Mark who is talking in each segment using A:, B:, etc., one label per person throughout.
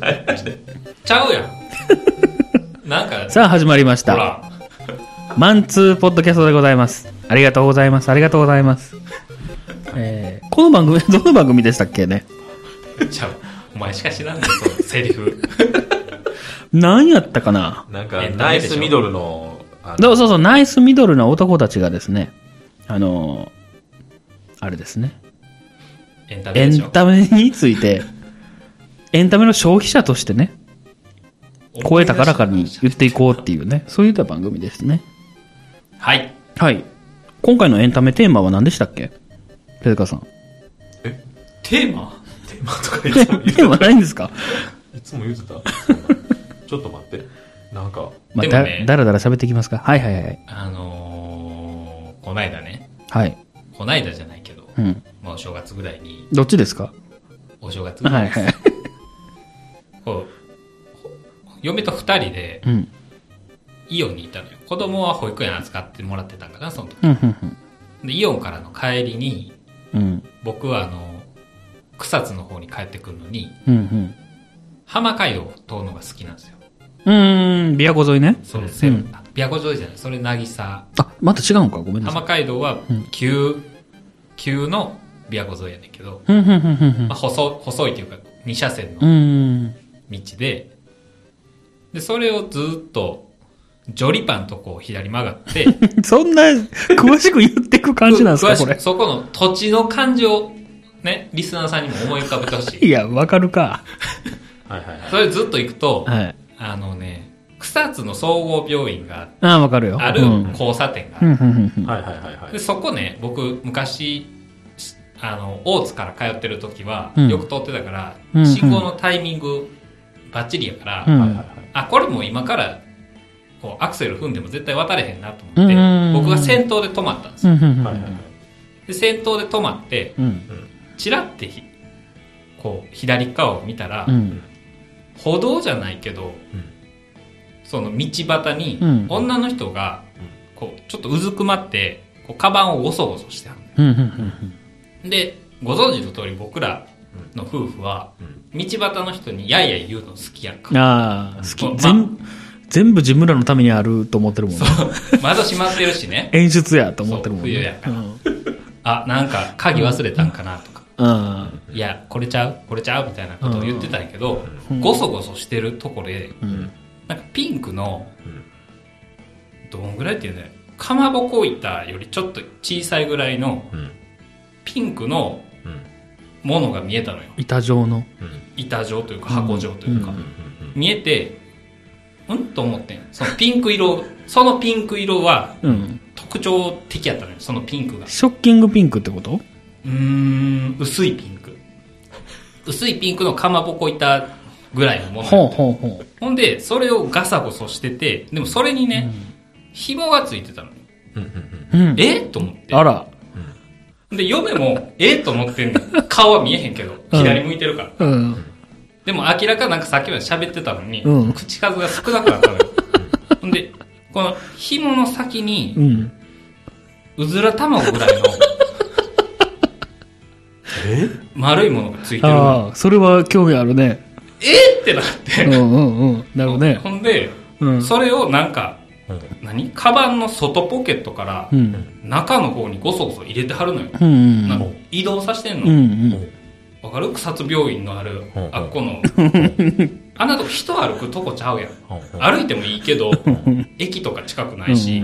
A: 何やねちゃうやん。なんか、
B: さあ始まりまし
A: ほ
B: た。
A: ら、
B: マンツーポッドキャストでございます。ありがとうございます。ありがとうございます。えーこの番組、 どの番組でしたっけね
A: ちゃう。お前しか知らんねん、そのセリフ。
B: 何やったかな
C: なん
A: え
C: か、
A: ダメでしょ
C: ナイスミドルの、あ
B: そうそうそう、ナイスミドルな男たちがですね、あのーあれですね、
A: エンタメ
B: エ
A: でしょ
B: ン。タメについて、エンタメの消費者としてね、声高らかに言っていこうっていうね、そういった番組ですね。
A: はい。
B: はい。今回のエンタメテーマは何でしたっけ手塚さん。
A: テーマ
C: テーマとかい
B: テ
C: つも言
B: ーマないんですか
C: ういつも言ってた。ちょっと待って。なんか、
B: ま
A: で
B: あ、
A: も
B: だ
A: ね
B: だらだら喋っていきますかはいはいはい。
A: あのー、こないだね。
B: はい。
A: こないだじゃないけど、
B: うん。
A: まあお正月ぐらいに、
B: どっちですか
A: お正月ぐら
B: はいい
A: に、
B: はい。
A: こうほ嫁と二人で
B: うん。
A: イオンに行ったのよ。子供は保育園扱ってもらってたんかな、その時。
B: うん、うん、
A: で、イオンからの帰りに、
B: うん。うん、
A: 僕はあの、草津の方に帰ってくるのに、
B: うん、
A: 浜海を通るのが好きなんですよ。
B: うん。うーん、琵琶湖沿いね。
A: そのセブ
B: う
A: ン、あ琵琶湖沿いじゃない、それ渚。
B: あ、また違うんかごめんなさい。
A: 浜街道は
B: うん
A: 急、急の琵琶湖沿いやねんけど、
B: うん、うん、うん、うんうん
A: まあ、。細細いというか2車線
B: う
A: の
B: ん。
A: 道ででそれをずっとジョリパンとこう左曲がって
B: そんな、詳しく言ってく 感じなんです
A: 詳
B: か
A: し
B: こ
A: く
B: れ。
A: そこの土地の感じをねリスナーさんにも思い浮かべてほし
B: い
A: い
B: や、わかるか。
C: はいはいはい。
A: それずっと行くと、
B: はい。
A: あのね草津の総合病院が
B: ああ、わかるよ。
A: ある
B: うん。
A: 交差点があ
B: う
A: る
B: ん、うん、うん
C: はいはいはいは
A: で
C: い。
A: そこね僕昔しあの大津から通ってる時は、
B: うん
A: よく通ってたから、
B: うん
A: 信号のタイミングバッチリやから、
B: うん。う
C: はいはい
B: ん
C: は。い。
A: あ、これもう今から、こう、アクセル踏んでも絶対渡れへんなと思って、
B: うんうんうん
A: 僕が先頭で止まったんです
B: う
A: よ。
B: ん、うん、う
C: はいはいはい
B: ん。
A: で、先頭で止まって、
B: うん。
A: チラってひ、こう、左側を見たら、
B: うん。
A: 歩道じゃないけど、
C: うん
A: その道端に、
B: うん
A: 女の人が
C: うん、
A: こう、ちょっとうずくまって、こう、カバンをゴソゴソしてはる。
B: うん、うん、うん。
A: で、ご存知の通り僕らの夫婦は、
C: うん
A: 道端の人にやいやい言うの好きやんか。
B: ああ、好
A: ま
B: き。全、全部自分らのためにあると思ってるもんね。
A: 窓閉まってるしね。
B: 演出やと思ってるもんね。
A: そう冬やから
B: うん。
A: あ、なんか鍵忘れたんかなとか。
B: ああ
A: いや、これちゃうこれちゃうみたいなことを言ってたんやけど、
B: うん
A: ごそごそしてるところで、
B: うん。
A: なんかピンクの
C: うん、
A: どんぐらいっていうね、かまぼこ板よりちょっと小さいぐらいの
C: うん。
A: ピンクの
C: うん。
A: ものが見えたのよ。
B: 板状の。
C: うん。
A: 板状というか箱状というか。
B: うん
C: うん。
A: 見えて、うんと思ってん。そのピンク色、 そのピンク色は
B: うん。
A: 特徴的やったのよ、そのピンクが。
B: ショッキングピンクってこと
A: うーん、薄いピンク。薄いピンクのかまぼこ板ぐらいのものやったの
B: ほうほうほう。
A: ほんで、それをガサゴソしてて、でもそれにね、紐がついてたの。
C: うん。うん。
B: うん。
A: えと思って。
B: あら。
A: で、嫁も、えと思ってんの。顔は見えへんけど、
B: うん
A: 左向いてるから。
B: うん。
A: でも明らかなんかさっきまで喋ってたのに、
B: うん
A: 口数が少なくな ったのよ。ほんで、この紐の先
B: う
A: に、
B: ん。
A: うずら卵ぐらいの
C: え
A: 丸いものがついてるの。
B: ああ、それは興味あるね。
A: えってなって。
B: うんうんうん。なるほどね。
A: ほんで、
B: うん。
A: それをなんか、
C: うん。
A: 何カバンの外ポケットから
B: う、ん。
A: 中の方にゴソゴソ入れてはるのよ。
B: うん。う
A: なん
B: ん
A: か移動させてん
B: う
A: の。
B: ん。
A: わかる草津病院のある
C: うんう、ん
A: あっこの。あんなとこ人歩くとこちゃうやん。歩いてもいいけど、駅とか近くないし、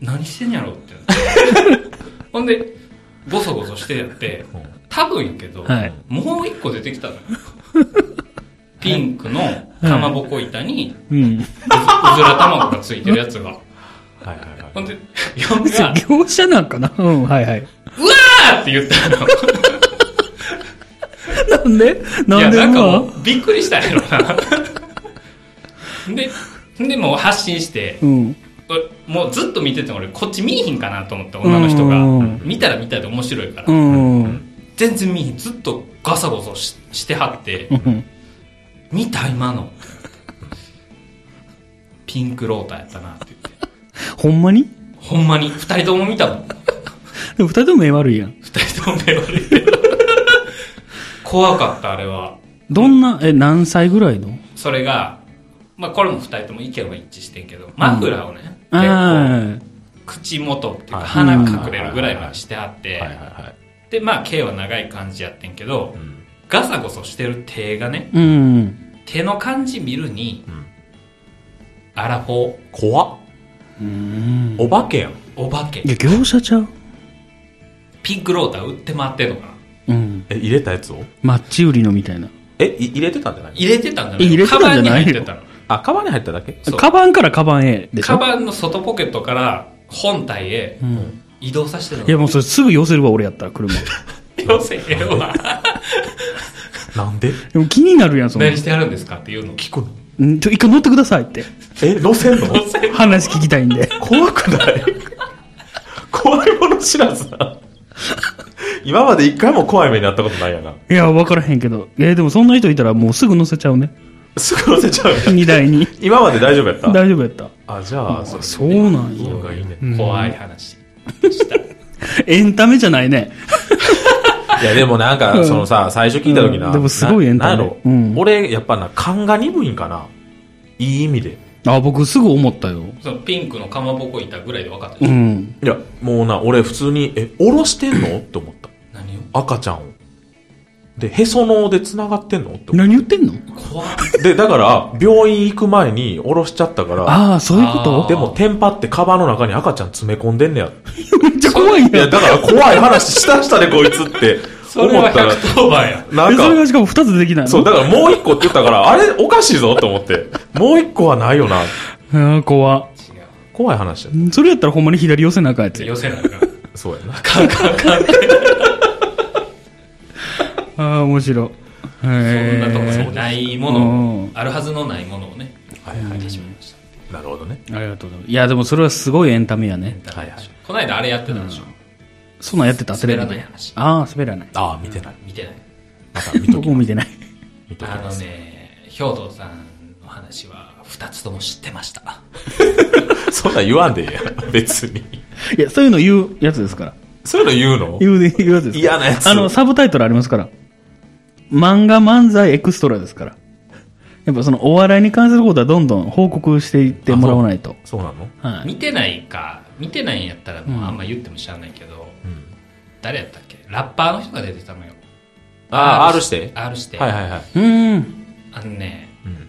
A: 何してんやろ ってなって。ほんで、ごそごそしてやって、多分やけど、
B: はい
A: もう一個出てきたのよ。 ピンクのかまぼこ板に、
B: うん。
A: うずら卵がついてるやつが。
C: はいはいはい。
A: ほんで、嫁が、
B: 業者なんかなうん、はいはい。
A: あーって言ったの。
B: なんで なん
A: い
B: で
A: や、なんかも
B: ま
A: う、びっくりしたんやろ な。で、でもう発信して、
B: うん。
A: 俺もうずっと見てて俺、こっち見えひんかなと思って、女の人が
B: うん。
A: 見たら見たで面白いから
B: う。ん。うん。
A: 全然見えひん。ずっとガサゴソししてはって、見た今の。ピンクローターやったなって言って。
B: ほんまに
A: ほんまに。二人とも見たもん。
B: でも二人とも目悪いやん。
A: 二人とも目悪いけど。怖かった、あれは。
B: どんな、え、何歳ぐらいの
A: それが、まあこれも二人とも意見は一致してんけど、マフラーをね、結構、
B: あ
A: 口元っていうか
C: はい
A: 鼻隠れるぐらいまでしてあって
C: はい、はいはい。
A: で、まあ毛は長い感じやってんけど
C: う、ん。
A: ガサゴソしてる手がね、
B: あ、うん。
A: 手の感じ見るに
C: うん、
A: アラフォー、
C: 怖っ。
B: うん。
C: お化けやん。
A: お化け
B: い、や、業者ちゃう
A: ピンクローター売って回ってんのかな
B: うん。
C: え、入れたやつを
B: マッチ売りのみたいな。
C: え、い入れてたんじゃない
A: 入れてたんじゃな
B: え
A: い
B: 入れてたんじゃない
A: カバンに入ってたの。
C: あ、カバンに入っただけ
A: そう
B: カバンからカバンへでし
A: カ
B: ょ
A: バンの外ポケットから本体へ
B: うん。
A: 移動させてるの。
B: いや、もうそれすぐ寄せるわ、俺やったら、車。
A: 要請へは。
C: なんで
B: でも気になるやん、その。
A: 何してやるんですかっていうのを聞
C: 聞くの
B: んちょ、一回乗ってくださいって。
C: え、乗せんの
A: 要請
B: 話聞きたいんで。
C: 怖くない怖いもの知らずだ。今まで一回も怖い目にあったことないやな。
B: いや、分からへんけど。えーでもそんな人いたらもうすぐ乗せちゃうね。
C: すぐ乗せちゃうやん
B: 荷台に。
C: 今まで大丈夫やった
B: 大丈夫やった。
C: あ、じゃあ、そう
B: そうなんや。
C: がいいね。
A: 怖い話した。
B: エンタメじゃないね。
C: いや、でもなんか、そのさ、最初聞いた時
B: う
C: な。
B: んでもすごいエンタメ
C: ななんやろ
B: うん
C: 俺、やっぱな、勘が鈍いんかな。いい意味で。
B: あ、僕すぐ思ったよ。
A: そのピンクのかまぼこいたぐらいで分かったで
B: う
A: しょ。
B: ん。
C: いや、もうな、俺普通に、え、おろしてんのって思った。
A: 何を
C: 赤ちゃんを。で、へその緒で繋がってんのって思っ
B: 何言ってんの
A: 怖い。
C: た。で、だから、病院行く前におろしちゃったから、
B: ああ、そういうこ
A: あ
B: と
C: でも、テンパってカバンの中に赤ちゃん詰め込んでんねや。
B: めっちゃ怖いやん。
C: いや、だから怖い話したしたね、こい つって。
A: そ
C: 思
A: れは
C: ったら、
A: 110番や。
C: なん
B: えそれ
C: か、
B: がしかも二つできないの
C: そう、だからもう一個って言ったから、あれ、おかしいぞと思って。もう一個はないよな。
B: ああ、怖。
A: 違
C: 怖い話や。
B: それやったらほんまに左寄せなあかんやつ
A: う。
B: や。
A: 寄せなあかん。
C: そうやな。
B: ああ、面白い。
A: そ
B: そ
A: ん
B: ん
A: なとこそうないもの
B: う
A: を
B: ん、
A: あるはずのないものをね、見てしまいまし
C: なるほどね。
B: ありがとうございます。いや、でもそれはすごいエンタメやね。
A: た。
C: はいはい
A: この間あれやってたでしょ。
B: そんなんやってた
A: 滑ら
B: テ
A: な
B: レ
A: い
B: ビで
A: 話。
B: ああ、滑らない。
C: ああ、見てない。
A: 見てない。
C: また見と
B: 僕
C: き
B: も見てない。
C: 見とき
A: あ
C: ま
A: の
C: す。
A: ね、兵藤さんの話は2つとも知ってました。
C: そんなん言わんでええやん。別に。
B: いや、そういうの言うやつですから。
C: そういうの言う
B: 言うで、言うやつですから。
C: 嫌なやつ
B: あの、サブタイトルありますから。漫画漫才エクストラですから。やっぱそのお笑いに関することはどんどん報告していってもらわないと。
C: のそうなの
B: はい。
A: 見てないか、見てないんやったらもううんあんま言っても知らないけど、
C: うん。
A: 誰やったっけラッパーの人が出てたのよ。
C: ああ、R して。
A: R して。
C: はいはいはい。
B: うーん。
A: あのね、
C: うん。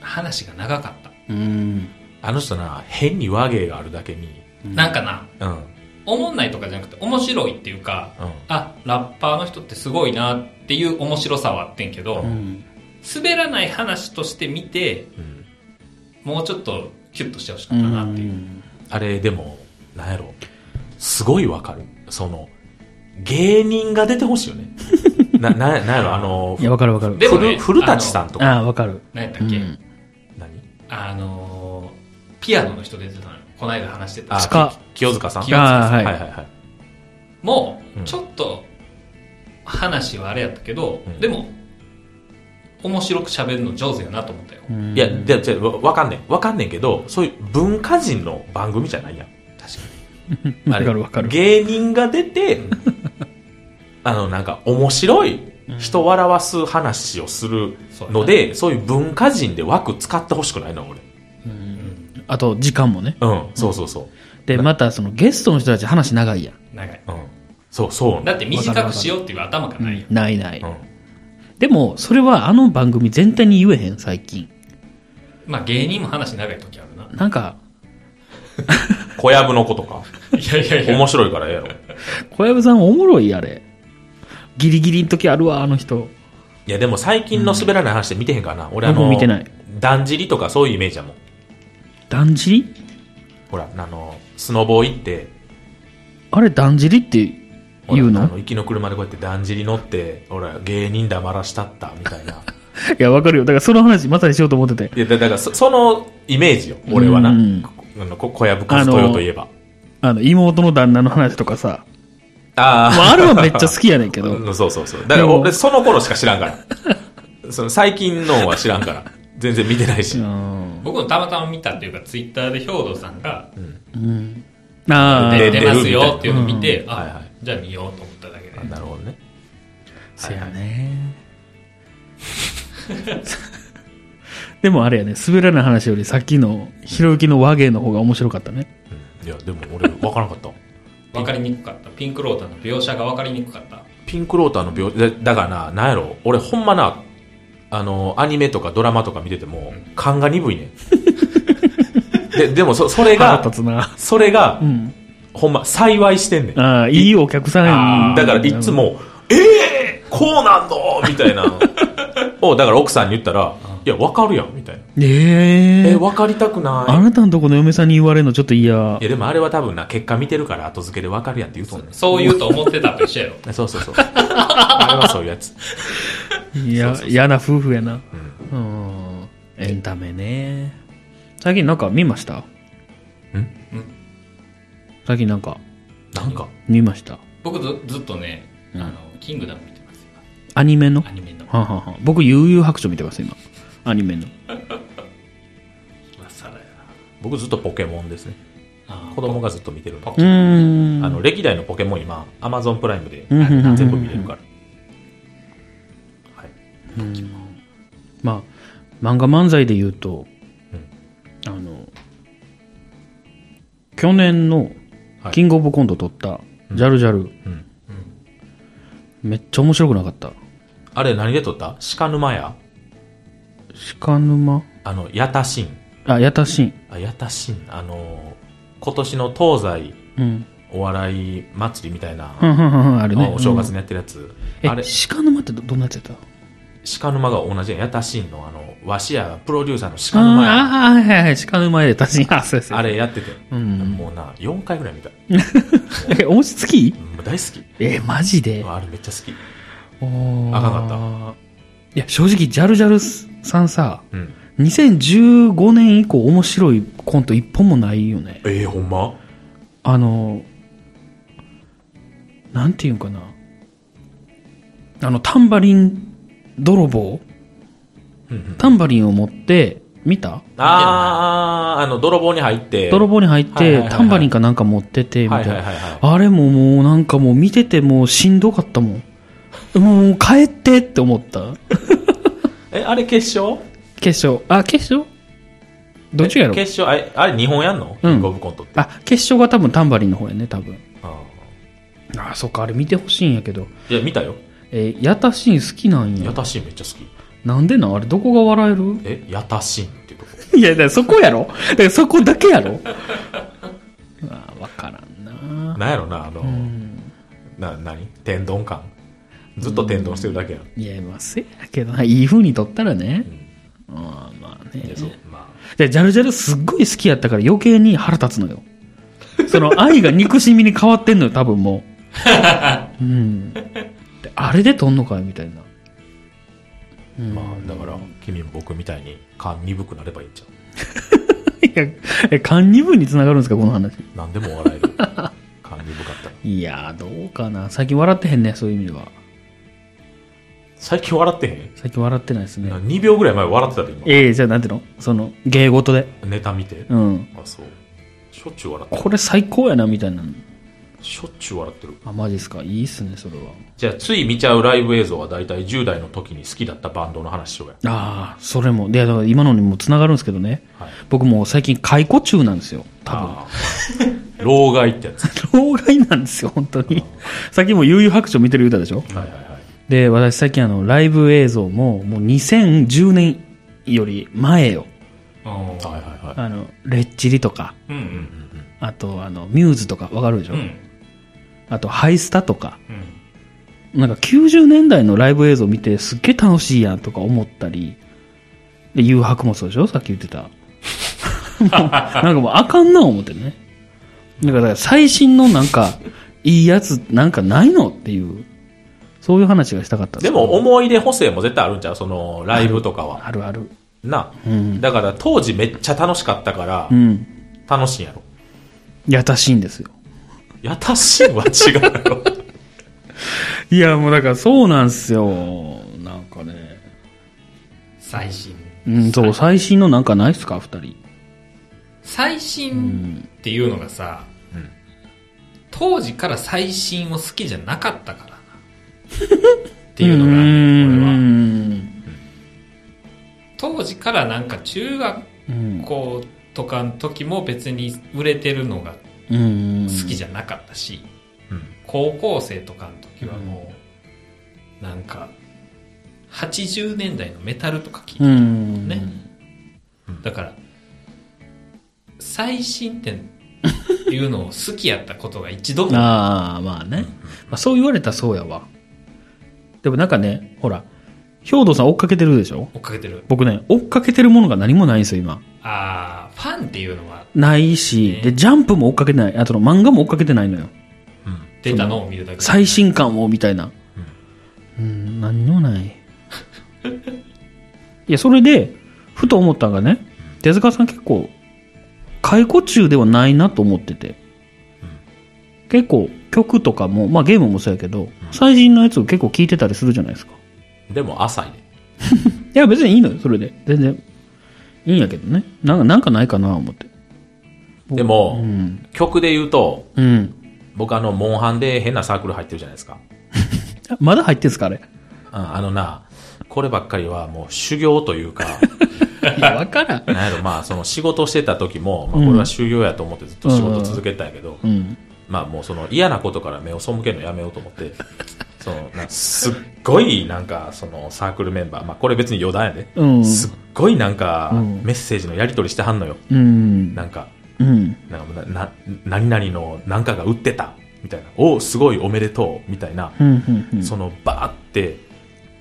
A: 話が長かった。
B: うーん。
C: あの人な、変に和芸があるだけに。
A: なんかな、
C: うん。うん。
A: おもんないとかじゃなくて面白いっていうか、あ、ラッパーの人ってすごいなっていう面白さはあってんけど、
B: うん。
A: 滑らない話として見て、
C: うん。
A: もうちょっとキュッとしてほしか
B: う
A: ったなっていう。
B: ん。
C: あれ、でも、なんやろ。すごいわかる。その、芸人が出てほしいよね。な、な、なんやろ、あの
B: い、や、わかるわかる。
A: でもね
C: 古古舘さんとか。
B: ああ、わかる。
A: 何やった
B: う
A: っけ、
B: ん。
C: 何
A: あのー、ピアノの人出てたのよ。この間話してた。
C: あ
B: つか
C: 清塚さん
A: 清塚
B: ああ、
C: はいは
B: はいい。
C: はい。
A: も
C: う
A: うんちょっと話はあれやったけど、
C: うん
A: でも面白く喋るの上手やなと思ったよ、
B: うん
C: いや、じゃじゃわわかんねん。わかんねんけど、そういう文化人の番組じゃないやん。
A: 確か
B: わかるわかる。
C: 芸人が出て、あの、なんか、面白い、人笑わす話をするので、そういう文化人で枠使ってほしくないの、
A: に、
C: 俺。
A: うん、
B: あと、時間もね。
C: うん、そうそうそう。
B: で、またそのゲストの人たち話長いやん。
A: 長い
C: うん。そう、そう。
A: だって短くしようっていう頭がないよ、
B: ないない。
C: うん。
B: でも、それはあの番組全体に言えへん、最近。
A: まあ芸人も話長い時あるな
B: なんか、
C: 小籔の子とか。
A: いやいやいや
C: 面白いからええやろ。い
B: 小籔さんおもろい、あれ。ギリギリの時あるわ、あの人。
C: や、でも最近の滑らない話で見てへんからな。俺あ
B: 僕
C: の、
B: も見てない
C: だんじりとかそういうイメージやもん。
B: だんじり
C: ほら、あの、スノボ行って、
B: あれ、だんじりって
C: ほら
B: 言う
C: あ
B: の
C: の、行きの車でこうやってだんじり乗って、ほら、芸人黙らしたった、みたいな。
B: いや、わかるよ。だからその話まさにしようと思ってて。
C: いや、だだからそ、そのイメージよ、俺はな。
B: うん
C: こあのこ小籔和豊といえば。
B: あの、妹の旦那の話とかさ。
C: あ
B: まあ、あれはめっちゃ好きやねんけど。
C: うんそうそうそう。だか
B: で
C: ら
B: も
C: 俺、その頃しか知らんから。その最近のは知らんから。全然見てない し。
B: うん
A: 僕もたまたま見たっていうか、ツイッターで兵頭さんが
B: うん。ああ、
A: 出
C: で
A: てますよっていうのを見て、
C: うんはいは
A: あ
C: い、
A: じゃあ見ようと思っただけで
C: あ。なるほどね。
B: そうやね。でもあれやね、滑らない話よりさっきのひろゆきの和芸の方が面白かったね。
C: いや、でも俺、わからなかった。
A: わかりにくかった。ピンクローターの描写がわかりにくかった。
C: ピンクローターの病だだからな、なんやろ、俺ほんまな、あの、アニメとかドラマとか見てても、勘が鈍いねん。 で、でもそ、それ
B: 腹
C: が、
B: 立つな。
C: それが
B: う、ん。
C: ほんま、幸いしてんねん。だ
B: ああ、いいお客さんや
A: あー
B: ね
C: から、いつ。も、えー、こうなんのみたいなのを、だから奥さんに言ったら、いや、わかるやん、みたいな。
B: え
C: え
B: え
C: ー、わかりたく
B: あ
C: ない。
B: なたのとこの嫁さんに言われるのちょっと嫌
C: い。や、でもあれは多分な、結果見てるから後付けでわかるやんって言うとんねん。
A: そう言うと思ってたと一緒やろ。
C: そうそうそう。あれはそういうやつ。
B: いや、嫌な夫婦やな。うん。エンタメね。最近なんか見ました
C: ん
B: 最近なんか
C: なんか、
B: 見ました
A: 僕ずずっとね、あの、キングダム見てますよ。
B: アニメの
A: アニメの。
B: はんはんはん僕、悠々白書見てます、今。アニメの。
A: 今更やな
C: 僕ずっとポケモンですね。
A: あ
C: 子供がずっと見てるんで
A: ポ
B: う
A: ケモン
B: ーん。
C: あの歴代のポケモン今、アマゾンプライムで
B: うんうんうん
C: 全部見れるから。はい、
B: まあ、漫画漫才で言うと、あの、去年の
C: はい
B: キングオブコント撮った、ジャルジャル
C: ん。
B: めっちゃ面白くなかった。
C: あれ何で撮った鹿沼や
B: 鹿沼
C: あの、ヤタシン。
B: あ、矢田真。
C: あ、ヤタシン。あのー今年の東西
B: うん。
C: お笑い祭りみたいな、
B: はんはんはんはん、あれね。
C: お正月
B: うん
C: にやってるやつ。
B: え
C: あれ、、
B: 鹿沼ってどどんなやつやった
C: 鹿沼が同じやん。ヤタシンのあの、和紙やプロデューサーの鹿沼や。
B: ああー、はいはいはい、鹿沼やったし。あ、そうです。
C: あれやってて。
B: うん。
C: もうな、4回ぐらい見た。
B: え、お餅つき
C: うん大好き。
B: え、マジで
C: あれめっちゃ好き。
B: あ
C: あかんか
B: った。いや、正直、ジャルジャルさんさ、
C: うん。
B: 2015年以降面白いコント一本もないよね。
C: ええほんま
B: あの、なんていうんかな。あの、タンバリン泥棒
C: うんうん
B: タンバリンを持って、見た
C: ああ、あの、泥棒に入って。
B: 泥棒に入っ
C: はいはいはい
B: て
C: は、い
B: タンバリンかなんか持ってて、みた
C: はいいはい
B: な。
C: はいはい。
B: あれももうなんかもう見ててもうしんどかったもん。もう帰ってって思った。
C: え、あれ決勝
B: 決勝。あ、決勝どっちやろ
C: 決勝、あれ、あれ日本やんの
B: うん
C: キングオブコントって。
B: あ、決勝が多分タンバリンの方やね、多分。
C: あ
B: あ、そっか、あれ見てほしいんやけど。
C: ーいや、見たよ。
B: えー、ヤタシーン好きなん
C: ヤ
B: や。
C: タシンめっちゃ好き。
B: なんでなんあれどこが笑える
C: え、ヤタシンっていうとこ。
B: いや、だからそこやろだからそこだけや ろあーわからんな
C: なんやろな、あの、
B: うん。
C: な、なに天丼感。ずっと天丼してるだけやん。
B: いや、まあ、せやけどな、いい風に撮ったらね
C: う。ん。
B: あーまあね
C: い。や、そう。ま
B: で、ジャルジャルすっごい好きやったから余計に腹立つの よ。その愛が憎しみに変わってんのよ、多分も う。うん。であれで撮んのかいみたいな。
C: あ、まあ、だから、君も僕みたいに勘鈍くなればいいんちゃ
B: いや、え、勘二分につながるんですか、この話。
C: う。なんでも笑え る。勘鈍かったら。
B: いやー、どうかな。最近笑ってへんね、そういう意味では。
C: 最近笑ってへん
B: 最近笑ってないですね。
C: ?2 秒ぐらい前笑ってたで、今。
B: ええじゃあなんていうのその、芸事で。
C: ネタ見て。
B: うん。
C: あ、そう。しょっちゅう笑ってる。
B: これ最高やな、みたいなの。
C: しょっちゅう笑ってる。
B: あ、マジっすか。いいっすね、それは。
C: じゃあ、つい見ちゃうライブ映像は大体10代の時に好きだったバンドの話しようや。
B: ああ、それも。で、だから今のにもつながるんですけどね。
C: はい。
B: 僕もう最近解雇中なんですよ。多分。
C: あー老害ってや つ。
B: 老害なんですよ、本当に。さっきも悠々白書見てる言うたでしょ
C: はいはいはい。
B: で、私最近あの、ライブ映像も、もう2010年より前よ。
A: うん
C: はいはいは
B: あの、レッチリとか、
A: うん
C: い。うんうん
B: あとあの、ミューズとか、わかるでしょ、
A: うん。うん。
B: あと、ハイスタとか、
A: うん。
B: なんか90年代のライブ映像見てすっげえ楽しいやんとか思ったり、で、誘白もそうでしょさっき言ってた。 もうなんかもうあかんな思ってね。だからだから最新のなんか、いいやつなんかないのっていう、そういう話がしたかったん
C: です
B: けど
C: も、思い出補正も絶対あるんちゃうその、ライブとかは。
B: あるある。
C: な。
B: うん。
C: だから、当時めっちゃ楽しかったから
B: う、ん。
C: 楽しいんやろ。
B: やたしいんですよ。
C: やたしんは違うや ろ。
B: いや、もうだからそうなんすよ。なんかね。
A: 最新。
B: うん、そう、最新のなんかないっすか、二人。
A: 最新っていうのがさ、
C: うん
A: 当時から最新を好きじゃなかったからな。っていうのがあるね、俺は。当時からなんか中学
B: うん。
A: 校とかの時も別に売れてるのが
B: うん。
A: 好き
B: じ
A: じゃなかったし、
C: うん
A: 高校生とかの時はもう、なんか、80年代のメタルとか聞いて
B: ゃん。
A: ね。だから、最新っていうのを好きやったことが一度も。
B: ああ、まあね。まあ、そう言われたらそうやわ。でもなんかね、ほら、兵藤さん追っかけてるでしょ
A: 追っかけてる。
B: 僕ね、追っかけてるものが何もないんですよ、今。
A: ああ、ファンっていうのは
B: ないし、で、ジャンプも追っかけてない。あとの漫画も追っかけてないのよ。
A: 出たのを見るだけ。
B: 最新刊を、みたいな。うん、何にも ない。いや、それで、ふと思ったのがね、手塚さん結構、解雇中ではないなと思ってて。結構、曲とかも、まあゲームもそうやけど、最新のやつを結構聴いてたりするじゃないですか。
C: でも浅いね。
B: いや、別にいいのよ、それで。全然。いいんやけどね。なんか、なんかないかな、思って。
C: でも、
B: うん。
C: 曲で言うと、
B: うん。
C: 僕あの、モンハンで変なサークル入ってるじゃないですか。
B: あまだ入ってんすか、あれ。
C: うん、あのな、こればっかりはもう修行というか、
B: いや、わからん。
C: なんやろ、まあ、その仕事してた時も、まあ、これは修行やと思ってずっと仕事続けてたんやけど、
B: うん。
C: まあ、もうその嫌なことから目を背けるのやめようと思って、その、なすっごいなんか、そのサークルメンバー、まあ、これ別に余談やで、
B: うん
C: すっごいなんか、
B: うん
C: メッセージのやり取りしてはんのよ。
B: うん。
C: なんか、
B: うん。
C: なんかなな何々のなんかが売ってた、みたいな。おすごいおめでとう、みたいな。
B: うん。うん。うん。
C: その、バーって、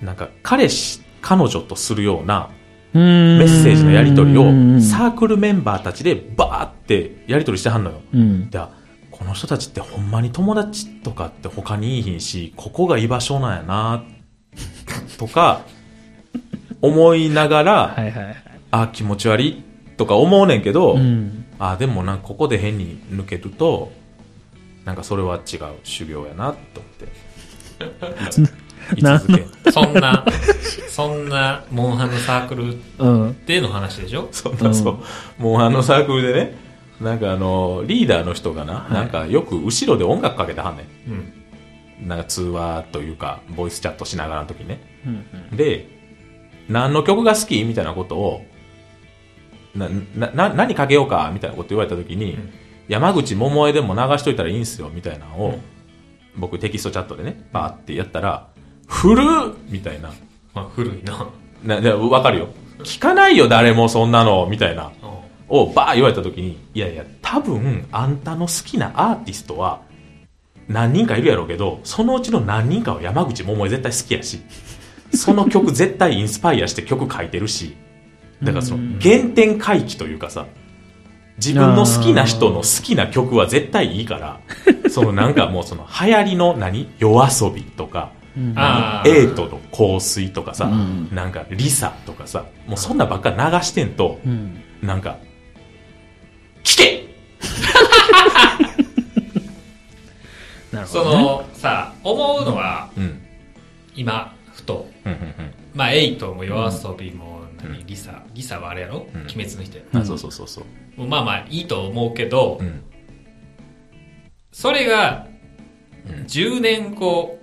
C: なんか、彼氏、彼女とするような、
B: メ
C: メッセージのやり取りを
B: さ、
C: サークルメンバーたちでバーってやり取りしてはんのよ。
B: うん。
C: で、あこの人たちってほんまに友達とかって他にいいひんし、ここが居場所なんやな、とか、思いながら、
B: はいはいはい。
C: あ、気持ち悪いとか思うねんけど、
B: うん。
C: あ、でもなんかここで変に抜けると、なんかそれは違う修行やな、と思って。い
B: な
C: 続けん。
A: そんな、そんな、モンハンのサークル
B: うん。
A: での話でしょ
C: そんなそう、もうあのサークルでね、なんかあの、リーダーの人がな、なんかよく後ろで音楽かけてはんね
A: うん。
C: ん。なんか通話というか、ボイスチャットしながらの時ね。で、何の曲が好きみたいなことを、な、な、な何かけようかみたいなこと言われた時に、
A: ん
C: 山口百恵でも流しといたらいいんすよ、みたいなのを、僕テキストチャットでね、バーってやったら、古っみたいな。
A: まあ、古いな。
C: な、なわかるよ。聞かないよ、誰もそんなの、みたいな。
A: うん
C: をバー言われた時に、いやいや、多分、あんたの好きなアーティストは、何人かいるやろうけど、そのうちの何人かは山口百恵絶対好きや し、その曲絶対インスパイアして曲書いてるし、だからその原点回帰というかさ、自分の好きな人の好きな曲は絶対いいから、そのなんかもうその流行りの何夜遊びとか、
A: ああ。
C: エイトの香水とかさ、
B: うん
C: なんかリサとかさ、もうそんなばっか流してんと、
B: うん。
C: なんか、聞け
B: なるほ
A: そ
B: どね。
A: の、さ、思うのは、
C: うん。
A: 今、ふと、
C: うんうん
A: まあ、エイトも夜遊びも、何、リサ、リサはあれやろ
C: うん
A: 鬼滅の人や
C: うん。あ、そうそうそうそう。
A: ろまあまあ、いいと思うけど
C: う、ん。
A: それが
C: うん
A: 10年後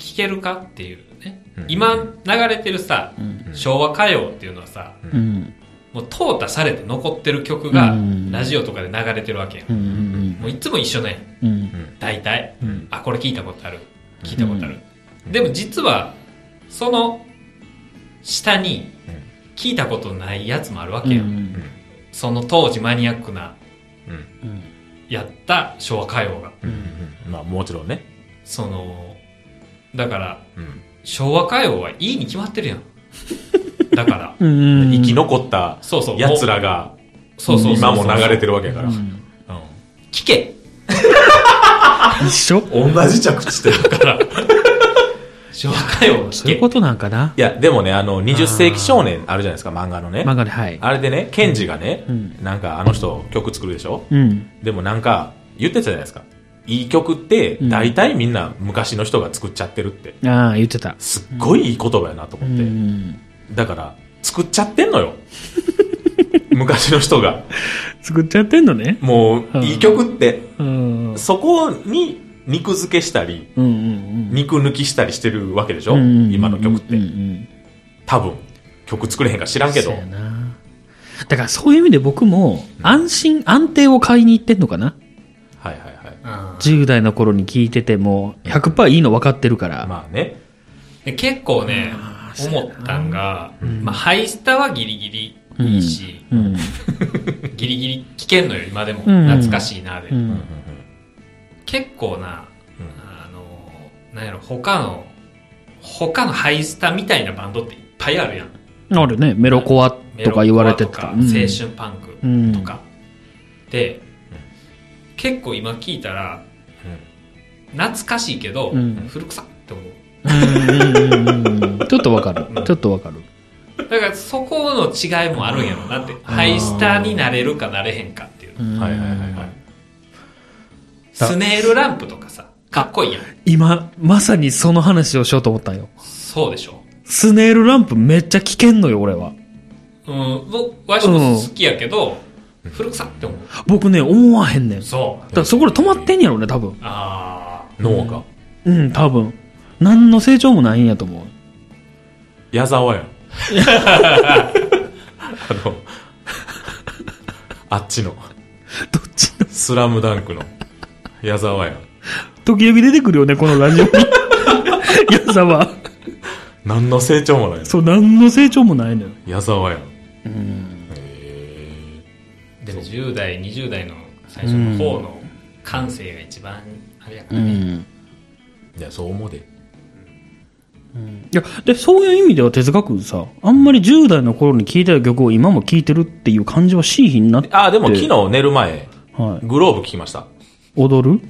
A: 聞けるかっていうね、
C: うん
A: 今流れてるさ、
B: うん
A: 昭和歌謡っていうのはさ
B: うん。
A: もう淘汰されて残ってる曲が
B: うん
A: ラジオとかで流れてるわけよ、
B: うん。うん
A: もういつも一緒ね
B: うん。
A: 大体、
B: うん
A: あこれ聞いたことある聞いたことある、でも実はその下に
C: うん
A: 聞いたことないやつもあるわ
B: う
A: けよ、
B: ん
A: その当時マニアックな
C: うん。
A: やった昭和歌謡が
C: うん。まあ、もちろんね。
A: そのだから
C: うん。
A: 昭和歌謡はいいに決まってるやん。だから、
B: うん。
C: 生き残った
A: そうそう。
C: 奴らが、
A: そうそうそう
C: 今も流れて
A: る。
C: るわけやから。
A: 聞け
B: 一緒
C: 同じ着地というか。
A: だから、昭和歌謡を聞
B: そういう
A: け。
B: ことなんかない
C: や、でもね、あの、20世紀少年あるじゃないですか、漫画のね。
B: 漫画で、はい。
C: あれでね、ケンジがね
B: うん、
C: なんかあの人曲作るでしょ
B: うん。
C: でもなんか、言ってたじゃないですか。いい曲って、大体みんな昔の人が作っちゃってるって。
B: ああ、言ってた。
C: すっごいいい言葉やなと思
B: う
C: って。
B: ん。
C: だから、作っちゃってんのよ。 昔の人が。
B: 作っちゃってんのね。
C: も
B: う
C: う、
B: ん
C: いい曲って、
B: うん。うん
C: そこに肉付けしたり、
B: うんうん。
C: 肉抜きしたりしてるわけでしょ、
B: うんうんうん
C: 今の曲って。
B: うんうん
C: 多分、曲作れへんか知らんけど
B: そう。やなだからそういう意味で僕も安心、安定を買いに行ってんのかな。
C: はいはいはい。
A: うん
B: 10代の頃に聞いてても100%いいの分かってるから。
C: まあね。
A: で結構ね
B: あ、ー
A: 思ったんが、
C: うん
A: まあ、ハイスタはギリギリいいし、
B: うん。
A: ギリギリ聞けんのよ、今でも。
B: うん
A: 懐かしいな、で。
B: うん
C: うんうん
A: 結構な、
C: うん
A: あの、なんやろ、他の、他のハイスタみたいなバンドっていっぱいあるやん。
B: あるね、メロコア
A: メ
B: と
A: ロコ
B: か
A: ア
B: 言われてた。
A: 青
B: うん
A: 春パンク
B: うん
A: とか。で、結構今聞いたら、懐かしいけど、
B: うん
A: 古臭って思う。
B: うんうんうんうんちょっとわか
A: う
B: る。
A: ん
B: ちょっとわかる。
A: だからそこの違いもあるんやろなって。ハイスターになれるかなれへんかっていう。
C: うんはいはいはいはい。
A: スネールランプとかさ、かっこいいやん。
B: 今、まさにその話をしようと思ったんよ。
A: そうでしょ。
B: スネールランプめっちゃ危険のよ、俺は。
A: うん、僕、わしも好きやけど、古臭って思う。
B: 僕ね、思わへんねん。だか
A: そう。
B: らそこで止まってんやろうね、多分。
A: ああ。
C: 脳が。
B: うん、多分。何の成長もないんやと思う。
C: 矢沢やん。 あの、 あっちの、
B: どっちの
C: スラムダンクの矢沢やん。
B: 時々出てくるよね、このラジオに。矢沢。
C: 何の成長もないの。
B: そう、何の成長もないのよ。
C: 矢沢やん。
B: うん。
C: へ
A: でも10代、20代の最初の方の感性が一番、あれやか
B: う
A: らね。
B: ん。
C: ーいや、そう思うで。
B: いや、で、そういう意味では手塚くんさ、あんまり10代の頃に聴いてた曲を今も聴いてるっていう感じはしいひんなって。
C: あ、でも昨日寝る前、
B: はい。
C: グローブ聞きました。
B: 踊る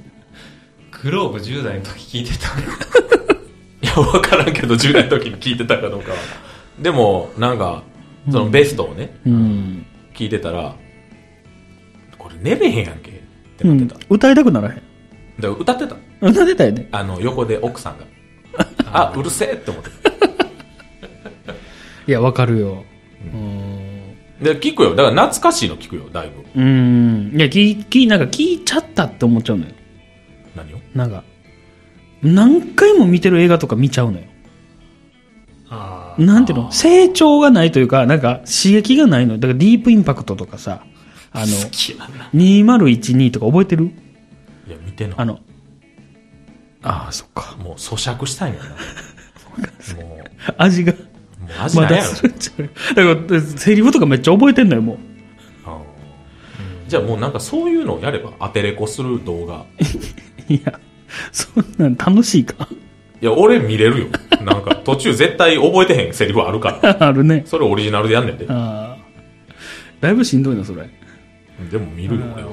A: グローブ10代の時聞いてた。
C: いや、わからんけど、10代の時に聞いてたかどうかは。でも、なんか、そのベストをね、
B: うん。
C: 聞いてたら、これ寝れへんやんけ、って
B: う
C: なって
B: ん
C: た。、
B: 歌いたくならへん。
C: で歌ってた。
B: 歌ってたよね。
C: あの、横で奥さんが。あ、うるせえって思ってた。
B: いや、わかるよ。うん。
C: で、聞くよ。だから懐かしいの聞くよ、だいぶ。
B: うん。いや、き、き、なんか聞いちゃったって思っちゃうのよ。
C: 何を
B: なんか、何回も見てる映画とか見ちゃうのよ。
A: あー
B: なんていうの成長がないというか、なんか刺激がないのよ。だからディープインパクトとかさ、 あの、
A: 好きやな。
B: 2012とか覚えてる
C: いや、見てない。
B: あの、ああ、そっか。
C: もう咀嚼したいんや な。も
B: 味が。
C: う、もう味
B: ま
C: ないや
B: だ
C: ろ。
B: それちゃう。だから、セリフとかめっちゃ覚えてんのよ、もう。
C: あーじゃあもうなんかそういうのをやれば、アテレコする動画。
B: いや、そんなん楽しいか。
C: いや、俺見れるよ。なんか途中絶対覚えてへんセリフあるから。
B: あるね。
C: それオリジナルでやんねんで。
B: ああ。だいぶしんどいな、それ。
C: でも見るよ、俺は。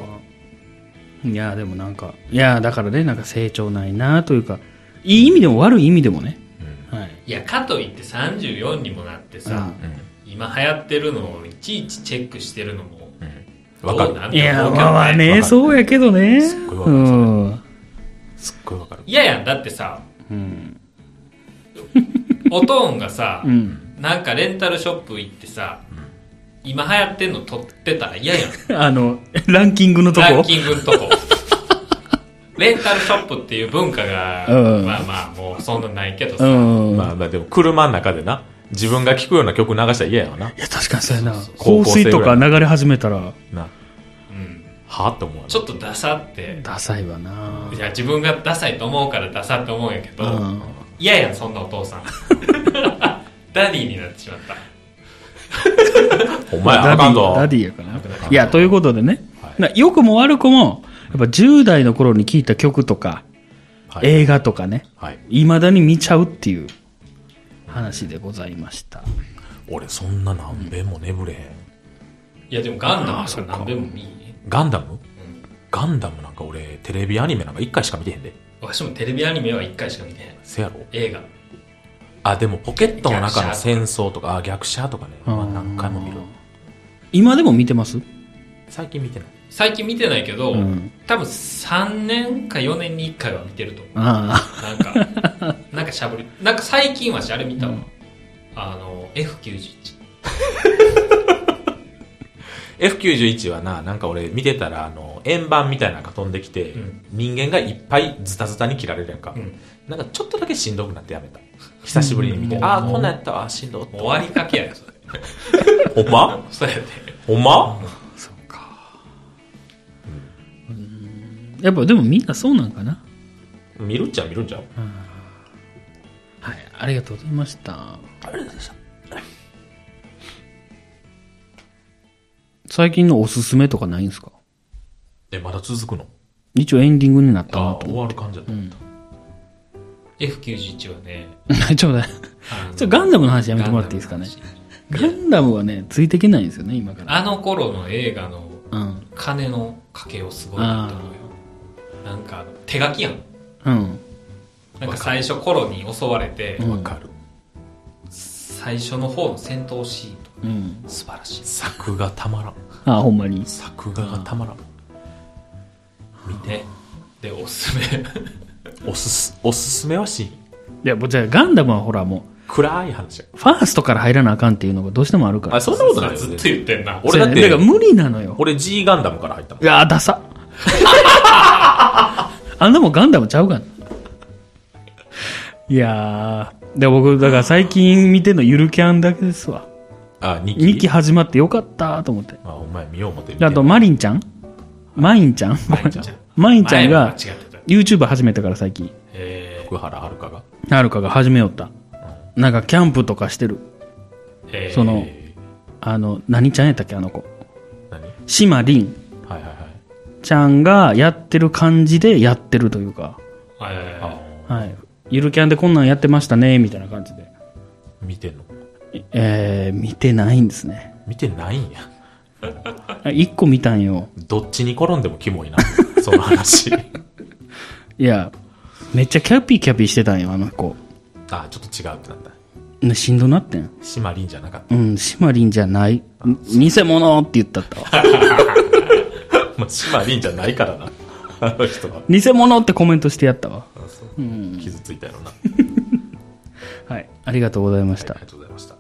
B: いや、でもなんか、いや、だからね、なんか成長ないなというか、いい意味でも悪い意味でもね。はい。
A: いや、かといって34にもなってさ、
C: うん。
A: 今流行ってるのをいちいちチェックしてるのも、
C: うん。わか
A: どう
C: る。
A: なん
B: い
A: て
B: や、
A: 思うけど
B: まあまあ
C: わか
B: ね、
C: る
B: そうやけどね。
C: すっごいわかる
B: うん。
C: すっごいわかる。
A: 嫌やん、だってさ、
B: うん。
A: おとんがさ
B: う、ん。
A: なんかレンタルショップ行ってさ、今流行ってんの撮ってたら嫌やん。
B: あの、ランキングのとこ。
A: ランキングのと こ。レンタルショップっていう文化が、
B: うん
A: まあまあ、もうそんなないけどさ、
B: うん。
C: まあ、まあでも車の中でな、自分が聴くような曲流したら嫌やわな。
B: いや、確かにそうやな。
C: 高
B: 香
C: 校生
B: 水
C: ぐらい
B: とか流れ始めたら、
C: な、
A: うん
C: はって思うわな
A: ちょっとダサって、
B: ダサいわない
A: や、自分がダサいと思うからダサって思うんやけど、
B: うん。
A: 嫌やん、そんなお父 さん。ダディになってしまった。
C: お前、あかんぞ。
B: ダディダディやから。いや、ということでね
C: は。い
B: な良くも悪くも、やっぱ10代の頃に聴いた曲とか、
C: はい
B: 映画とかね、
C: はい。
B: 未だに見ちゃうっていう話でございました。
C: 俺、そんな何べんも眠れへん。
A: いや、でもガンダムとか何でも見いね。
C: ガンダムガンダムなんか俺、テレビアニメなんか一回しか見てへんで。
A: わしもテレビアニメは一回しか見てへん。
C: せやろ
A: 映画。
C: あ、でもポケットの中の戦争とか、あ、逆者とかね。まあ、
B: うん
C: 何回も見る。
B: 今でも見てます
C: 最近見てない。
A: 最近見てないけど、
B: うん
A: 多分3年か4年に1回は見てると思
B: あ
A: う。なんか、なんかしゃぶり。なんか最近はしあれ見たわ。あの、F91。
C: F91 はな、なんか俺見てたら、あの、円盤みたいなのが飛んできて、
A: うん
C: 人間がいっぱいズタズタに切られるやんか。
A: うん
C: なんかちょっとだけしんどくなってやめた。久しぶりに見て、
A: うん
C: ああ、こんなんやったわ、あーしんどっ
A: 終わりかけやで、それ。
C: ほんま
A: そうやで。
C: ほんま
B: やっぱでもみんなそうなんかな。
C: 見るっちゃ見るんじゃん。
B: はい、ありがとうございました。最近のおすすめとかないんですか
C: え、まだ続くの
B: 一応エンディングになった
C: あ
B: な
C: あ、
B: と
C: 終
B: 思
C: わる感じだと思った。
A: F91 はね、
B: って。ちょうだい。
A: あの
B: ちょガンダムの話やめてもらっていいですかね。ガンダムはね、ついていけないんですよね、今から。
A: あの頃の映画の
B: うん。
A: 金のかけをすごいなと思うよ。なんかあの、手書きやん。
B: うん。
A: なんか最初コロに襲われて、
B: うん
C: わかる。
A: 最初の方の戦闘シーンとか
B: うん。
A: 素晴らしい。
C: 作がたまらん。
B: あ、ほんまに。
C: 作画がたまらん。
A: 見て。で、おすすめ。
C: おすす、おすすめはシーン。
B: いや、もうじゃあガンダムはほらも
C: 暗い話や。
B: う、ファーストから入らなあかんっていうのがどうしてもあるから。
C: あ、そんなことない
A: ずっと
C: よ。
A: 言ってんな。
C: 俺だって
B: そうやねから無理なのよ。
C: 俺 G ガンダムから入ったもん
B: いやー、ダサ。あんなもんガンダムちゃうがん。いやー、で僕、だから最近見てんのゆるキャンだけですわ。
C: あ、2期。
B: 2期始まってよかったと思って。
C: あ、お前見よう思ってる。
B: であと、マリンちゃんマインちゃん
A: マインちゃん
B: マインちゃん
A: 前は
B: が
A: 間違ってた。
B: YouTube 始めたから最近。
A: え
C: 福原遥が。
B: なるかが始めよった。なんかキャンプとかしてる。
A: ーえー
B: その、あの、何ちゃんやったっけあの子。
C: 何はい
B: シマリン
C: はいはい。
B: ちゃんがやってる感じでやってるというか。
A: えー
B: はい。ゆるキャンでこんなんやってましたね、みたいな感じで。
C: 見てんの
B: えー、見てないんですね。
C: 見てないんや。
B: あ一個見たんよ。
C: どっちに転んでもキモいな。その話。
B: いや、めっちゃキャピキャピしてたんよ、あの子。
C: あ、ちょっと違うってなった。
B: ねしんどなってん。
C: シマリンじゃなかっ
B: うん、シマリンじゃない。ん偽物って言ったったわ。
C: た。まあ、シマリンじゃないからな。あの人は。
B: 偽物ってコメントしてやったわ。
C: 傷ついたやろな。
B: はい。ありがとうございまし
C: あ
B: た
C: り。がとうございました。